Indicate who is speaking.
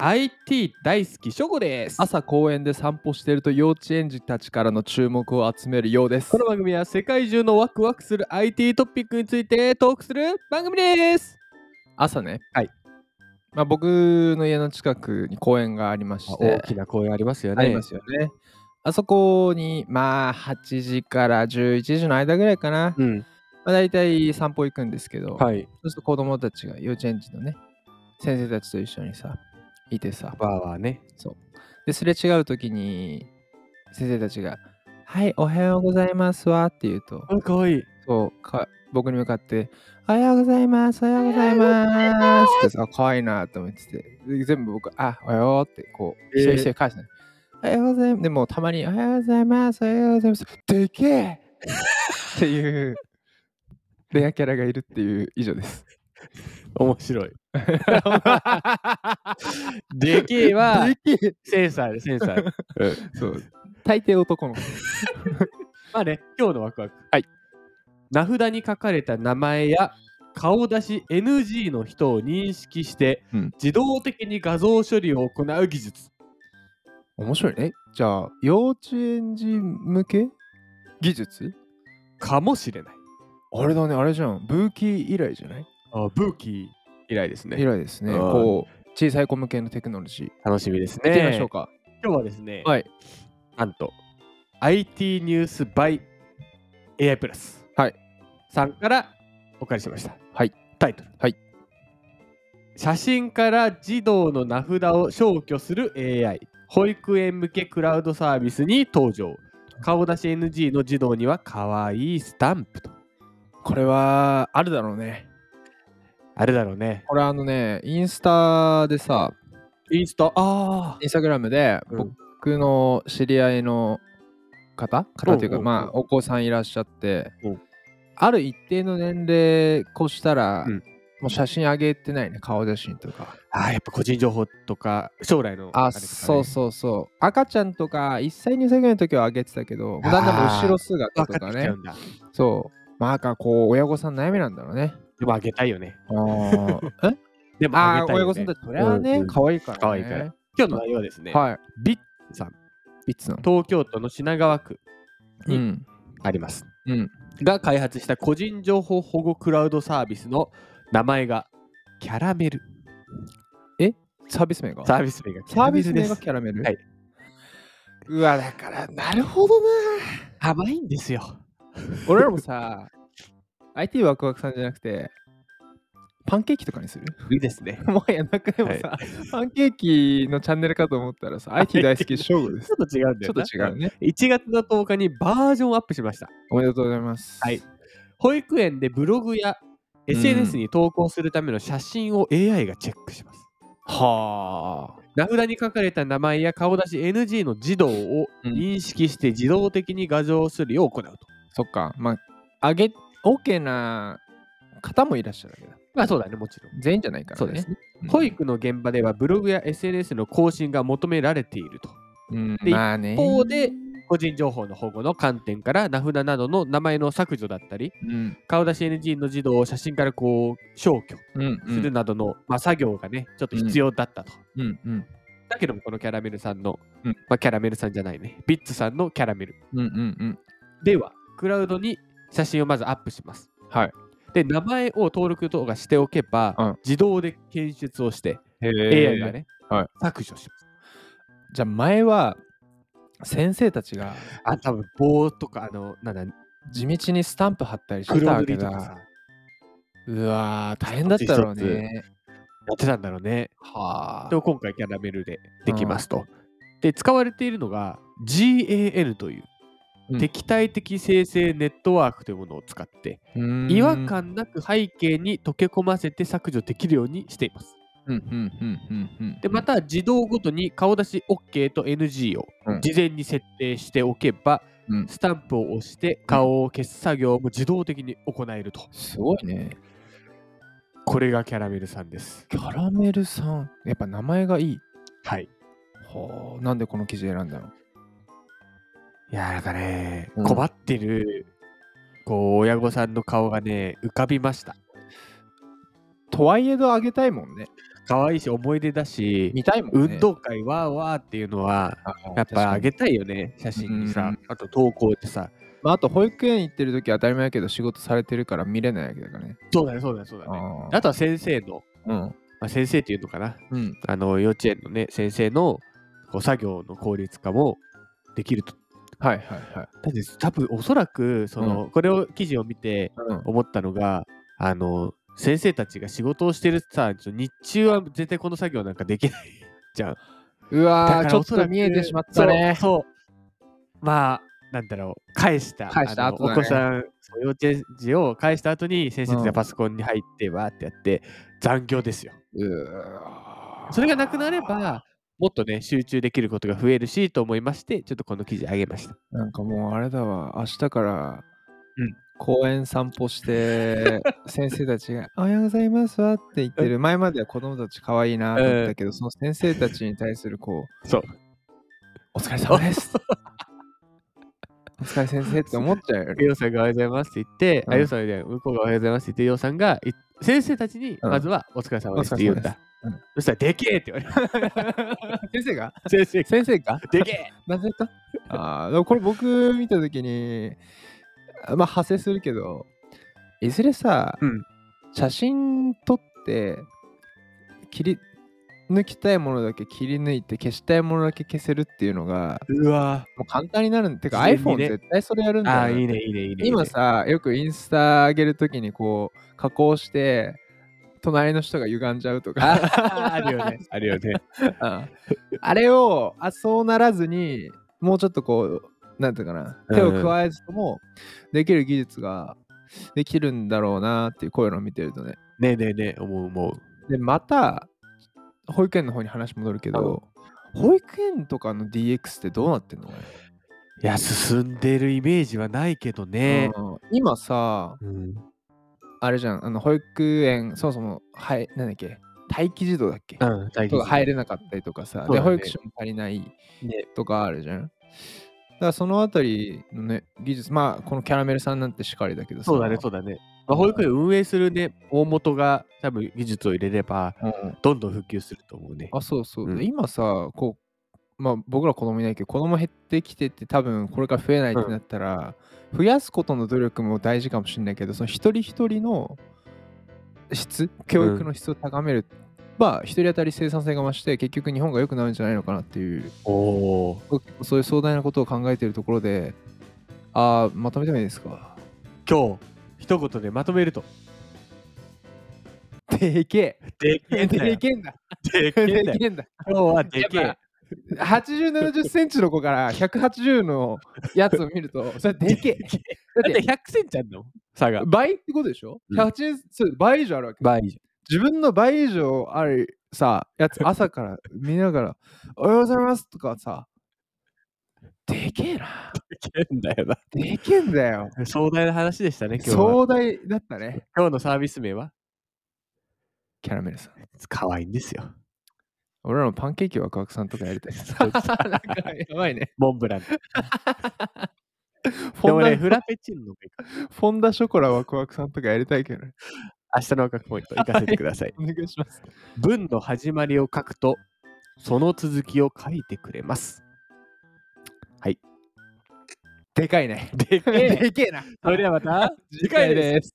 Speaker 1: IT 大好きショゴです
Speaker 2: 朝公園で散歩していると幼稚園児たちからの注目を集めるようです
Speaker 1: この番組は世界中のワクワクする IT トピックについてトークする番組です
Speaker 2: 朝ね
Speaker 1: はい
Speaker 2: まあ僕の家の近くに公園がありまして
Speaker 1: 大きな声ありますよね
Speaker 2: ありますよねあそこにまあ8時から11時の間ぐらいかな、
Speaker 1: うん
Speaker 2: まあ、大体散歩行くんですけど、
Speaker 1: はい
Speaker 2: そうすると子供たちが幼稚園児のね先生たちと一緒にさいてさ
Speaker 1: バーはね
Speaker 2: そう。で、すれ違うときに、先生たちが、はい、おはようございますわって言うと、
Speaker 1: あかわいい
Speaker 2: そうか、僕に向かって、おはようございます、おはようございますってさ、あ可愛いなと思ってて、で全部僕、あ、おはようって、こう、
Speaker 1: えー
Speaker 2: 一緒一緒返すね。おはようございます。でも、たまに、おはようございます、おはようございます。でけえっていう、レアキャラがいるっていう以上です。
Speaker 1: 面白い でけえは
Speaker 2: でけえ
Speaker 1: センサーでセンサー
Speaker 2: そう。大抵男の 子。
Speaker 1: まあね今日のワクワク
Speaker 2: はい
Speaker 1: 名札に書かれた名前や顔出し NG の人を認識して、
Speaker 2: うん
Speaker 1: 自動的に画像処理を行う技術
Speaker 2: 面白いね。じゃあ、幼稚園児向け技術
Speaker 1: かもしれない
Speaker 2: あれだね、あれじゃん。ブーキー以来じゃない
Speaker 1: あブーキー以来ですね
Speaker 2: 以来ですね。
Speaker 1: うん
Speaker 2: こう、小さい子向けのテクノロジー。
Speaker 1: 楽しみです
Speaker 2: 行ってみま
Speaker 1: ね
Speaker 2: しょうか。
Speaker 1: 今日はですね、
Speaker 2: はい。
Speaker 1: なんと IT ニュース by AI プラス
Speaker 2: はい
Speaker 1: さんからお借りしました
Speaker 2: はい
Speaker 1: タイトル
Speaker 2: はい
Speaker 1: 写真から児童の名札を消去する AI 保育園向けクラウドサービスに登場顔出し NG の児童には可愛いスタンプと
Speaker 2: これは、あるだろうね。
Speaker 1: あれだろうね
Speaker 2: これあのね、インスタでさ、
Speaker 1: インスタあ
Speaker 2: インスタグラムで、
Speaker 1: うん
Speaker 2: 僕の知り合いの方方とい
Speaker 1: う
Speaker 2: うか、
Speaker 1: んうんうん
Speaker 2: まあ、お子さんいらっしゃって、
Speaker 1: うん
Speaker 2: ある一定の年齢越したら、
Speaker 1: うん
Speaker 2: もう写真上げてないね、顔写真とか。
Speaker 1: あーやっぱ個人情報とか将来の
Speaker 2: あ、
Speaker 1: れとかね
Speaker 2: そうそうそう。赤ちゃんとか1歳2歳ぐらいの時はあげてたけど、もうだんだんもう後ろ姿
Speaker 1: 分
Speaker 2: と
Speaker 1: か
Speaker 2: か
Speaker 1: ってきち
Speaker 2: ね
Speaker 1: ゃう。んだ
Speaker 2: そう。まあ、なんかこう、親御さんの悩みなんだろうね。
Speaker 1: でもあげたいよね
Speaker 2: あ ーえ
Speaker 1: でもあ
Speaker 2: あ
Speaker 1: げ
Speaker 2: ー、
Speaker 1: たい
Speaker 2: 親
Speaker 1: よ、
Speaker 2: 御さん
Speaker 1: ね
Speaker 2: たち、それは
Speaker 1: うん
Speaker 2: ね
Speaker 1: う、ん
Speaker 2: 可愛いからね。
Speaker 1: 可愛いから今日の内容はですね、
Speaker 2: はい。
Speaker 1: ビッツさん、
Speaker 2: いつの
Speaker 1: 東京都の品川区
Speaker 2: う
Speaker 1: に
Speaker 2: ん。
Speaker 1: あります。
Speaker 2: うん。
Speaker 1: が開発した個人情報保護クラウドサービスの名前がキャラメル。
Speaker 2: サービス名が
Speaker 1: サービス名がキャ
Speaker 2: サー
Speaker 1: ラメ
Speaker 2: ビス
Speaker 1: ルで
Speaker 2: 名が
Speaker 1: す。
Speaker 2: キャラメル
Speaker 1: はいう
Speaker 2: わ、だから、なるほどな。
Speaker 1: 甘いんですよ。
Speaker 2: 俺らもさ、IT ワクワクさんじゃなくて、パンケーキとかにする
Speaker 1: いいですね。
Speaker 2: もはやなくてもさ、 パンケーキのチャンネルかと思ったらさ、IT 大好き、勝負です
Speaker 1: ち。ょっと違うんだ
Speaker 2: ちょ
Speaker 1: よな。
Speaker 2: っと違うね。
Speaker 1: 1月の10日にバージョンアップしました。
Speaker 2: おめでとうございます。
Speaker 1: はい。保育園でブログや SNS に投稿するための写真を AI がチェックします。
Speaker 2: はあ。
Speaker 1: 名札に書かれた名前や顔出し NG の児童を認識して自動的に画像処理を行うと。
Speaker 2: そっか。まあ、あげ、OK な方もいらっしゃるわけだ。
Speaker 1: まあそうだね、もちろん。
Speaker 2: 全員じゃないから
Speaker 1: そ
Speaker 2: ね。
Speaker 1: うですね。
Speaker 2: うん
Speaker 1: 保育の現場ではブログや SNS の更新が求められていると。
Speaker 2: うん、
Speaker 1: で
Speaker 2: まあね。
Speaker 1: 一方で、個人情報の保護の観点から名札などの名前の削除だったり、
Speaker 2: うん、
Speaker 1: 顔出し NG の児童を写真からこう消去
Speaker 2: うん、う
Speaker 1: する
Speaker 2: ん、
Speaker 1: などの、まあ、作業がね、ちょっと必要だったと。
Speaker 2: うん、うん、
Speaker 1: だけども、このキャラメルさんの、
Speaker 2: うん
Speaker 1: まあ、キャラメルさんじゃないね、ビッツさんのキャラメル
Speaker 2: うん、うん、うん。
Speaker 1: では、クラウドに写真をまずアップします。
Speaker 2: はい。
Speaker 1: で、名前を登録とかしておけば、
Speaker 2: うん
Speaker 1: 自動で検出をして、
Speaker 2: へ
Speaker 1: AI がね、
Speaker 2: はい
Speaker 1: 削除します。
Speaker 2: じゃあ前は、先生たちが
Speaker 1: あ、多分棒とか、あの、なんだ、
Speaker 2: 地道にスタンプ貼ったりして
Speaker 1: 黒
Speaker 2: たわ
Speaker 1: 塗
Speaker 2: け
Speaker 1: りとかさ
Speaker 2: だ。、うわー、大変だったろうね。
Speaker 1: やってたんだろうね。
Speaker 2: は
Speaker 1: でも今回キャラメルでできますと。で、使われているのが GAN という、
Speaker 2: うん
Speaker 1: 敵対的生成ネットワークというものを使って、
Speaker 2: うーん
Speaker 1: 違和。感なく背景に溶け込ませて削除できるようにしています。
Speaker 2: うん、うん、うん、うん、うん。
Speaker 1: で、また自動ごとに顔出し OK と NG を
Speaker 2: うん
Speaker 1: 事前に設定しておけば、
Speaker 2: うん
Speaker 1: スタンプを押して顔を消す作業も自動的に行えると。
Speaker 2: すごいね。
Speaker 1: これがキャラメルさんです。
Speaker 2: キャラメルさん、やっぱ名前がいい。
Speaker 1: はい。
Speaker 2: はあ、なんでこの記事選んだの
Speaker 1: いやーなんかね、
Speaker 2: うん
Speaker 1: 困ってるこう親御さんの顔がね浮かびました
Speaker 2: とはいえどあげたいもんね。
Speaker 1: 可愛いし思い出だし、
Speaker 2: 見たいもんね。
Speaker 1: 運動会わーわーっていうのは
Speaker 2: あ
Speaker 1: やっぱあげ
Speaker 2: 確かに
Speaker 1: たいよね写真に
Speaker 2: う
Speaker 1: さ
Speaker 2: ん
Speaker 1: あと投稿ってさ
Speaker 2: まあ、あと保育園行ってる時は当たり前だけど仕事されてるから見れないわけだからね。
Speaker 1: そうだねそうだねそうだね
Speaker 2: あ
Speaker 1: あとは先生の、
Speaker 2: ーうん。
Speaker 1: まあ、先生っていうのかな
Speaker 2: うん。
Speaker 1: あの幼稚園のね先生のこう作業の効率化もできると
Speaker 2: はいはいはい。
Speaker 1: だって多分おそらくその、これを記事を見て
Speaker 2: うん、
Speaker 1: 思ったのがあの先生たちが仕事をしてるさ日中は絶対この作業なんかできないじゃん
Speaker 2: う
Speaker 1: だ
Speaker 2: わ
Speaker 1: か
Speaker 2: ー、
Speaker 1: ら
Speaker 2: ちょ
Speaker 1: お
Speaker 2: っ
Speaker 1: そら
Speaker 2: と
Speaker 1: く
Speaker 2: 見えてしまったね。
Speaker 1: そうそうまあなんだろう返した
Speaker 2: 返した
Speaker 1: あの
Speaker 2: 後だね
Speaker 1: お子さんそう幼稚園児を返した後に先生たち
Speaker 2: う
Speaker 1: が
Speaker 2: ん
Speaker 1: パソコンに入ってわーってやって残業ですよ
Speaker 2: うわー
Speaker 1: それがなくなればもっとね集中できることが増えるしと思いましてちょっとこの記事あげました
Speaker 2: なんかもうあれだわ、明日から
Speaker 1: うん
Speaker 2: 公園散歩して、先生たちがおはようございますわって言ってる。前までは子供たち可愛いなと思ったけど、その先生たちに対するこう、
Speaker 1: そう
Speaker 2: お疲れ様です。お疲れ先生って思っちゃうよね。
Speaker 1: ようさんがおはようございますって言って、
Speaker 2: う
Speaker 1: あ
Speaker 2: ん
Speaker 1: ようさんで向こうがおはようございますって言ってようさんがい先生たちに
Speaker 2: うん
Speaker 1: まずはお疲れ様ですって言うんだ、
Speaker 2: お疲れ様で
Speaker 1: そしたらでけえって言われる
Speaker 2: 先生が
Speaker 1: 先生
Speaker 2: 先生が
Speaker 1: でけえ
Speaker 2: なぜかあーでもこれ僕見た時にまあ派生するけどいずれさ、
Speaker 1: うん
Speaker 2: 写真撮って切り抜きたいものだけ切り抜いて消したいものだけ消せるっていうのが
Speaker 1: うわ
Speaker 2: もう簡単になるんてか
Speaker 1: 自然に
Speaker 2: iPhone
Speaker 1: ね
Speaker 2: 絶対それやるん
Speaker 1: ー
Speaker 2: だよ
Speaker 1: あーいいねいいねいいね
Speaker 2: 今さよくインスタ上げる時にこう加工して隣の人が歪んじゃうとか
Speaker 1: ああるよね。あるよね。
Speaker 2: ああれをあそうならずにもうちょっとこうなんていうかな
Speaker 1: うん
Speaker 2: 手を加えずともできる技術ができるんだろうなっていうこういうのを見てるとね
Speaker 1: ねえねえねえ、思う思う。
Speaker 2: でまた保育園の方に話戻るけど保育園とかの DX ってどうなってんの、
Speaker 1: いや、進んでるイメージはないけどね。
Speaker 2: うん今さ
Speaker 1: うん。
Speaker 2: あれじゃんあの保育園そもそもはいなんだっけ待機児童だっけ、
Speaker 1: うん、大
Speaker 2: と
Speaker 1: 事
Speaker 2: か入れなかったりとかさ、
Speaker 1: そう
Speaker 2: で
Speaker 1: だね
Speaker 2: 保育士も足りないとかあるじゃん。だからそのあたりのね、技術、まあこのキャラメルさんなんてしかりだけどさ。
Speaker 1: そうだね、そうだね。まあ、保育園運営するね、大元が多分技術を入れれば、
Speaker 2: うん
Speaker 1: どんどん普及すると思うね。
Speaker 2: あ、そうそう。
Speaker 1: うん
Speaker 2: で今さ、こう、まあ僕ら子供いないけど、子供減ってきてて多分これから増えないってなったら、増やすことの努力も大事かもしれないけど、その一人一人の質、教育の質を高める。まあ一人当たり生産性が増して結局日本が良くなるんじゃないのかなっていう
Speaker 1: おお。
Speaker 2: そういう壮大なことを考えているところで、ああ、まとめてもいいですか。
Speaker 1: 今日、一言でまとめると。で
Speaker 2: でけ
Speaker 1: け
Speaker 2: え。
Speaker 1: えんだ
Speaker 2: で
Speaker 1: よ。
Speaker 2: けえんだ。
Speaker 1: でけえ
Speaker 2: で
Speaker 1: んだよ。
Speaker 2: けえんだ。
Speaker 1: 今日はでけ
Speaker 2: や
Speaker 1: え
Speaker 2: っ。ぱ80、70センチの子から180のやつを見ると、それでけえ。
Speaker 1: だ
Speaker 2: だ
Speaker 1: っ
Speaker 2: ってて
Speaker 1: 100センチあるの差が。
Speaker 2: 倍ってことでしょ
Speaker 1: うん
Speaker 2: ?180、そう倍以上あるわけ。
Speaker 1: 倍以上。
Speaker 2: 自分の倍以上あるさ、やつ朝から見ながら、おはようございますとかさ、でけえな。
Speaker 1: でけえんだよな。
Speaker 2: でけえんだよ。
Speaker 1: 壮大な話でしたね、今日は。
Speaker 2: 壮大だったね。
Speaker 1: 今日のサービス名は
Speaker 2: キャラメルさん。
Speaker 1: 可愛いんです よ。
Speaker 2: 俺らもパンケーキワクワクさんとかやりたい。
Speaker 1: そうです
Speaker 2: なんかやばいね。
Speaker 1: モンブラン。
Speaker 2: フ
Speaker 1: で
Speaker 2: ォ
Speaker 1: も
Speaker 2: ンダ、
Speaker 1: ね、フラペチーノの方がいいか
Speaker 2: フォンダショコラワクワクさんとかやりたいけどね。
Speaker 1: 明日のワクワクポイント行かせてください。
Speaker 2: お願いします。
Speaker 1: 文の始まりを書くと、その続きを書いてくれます。
Speaker 2: でかいね。
Speaker 1: でけえ。
Speaker 2: でけえな。
Speaker 1: それではまた。
Speaker 2: 次回です。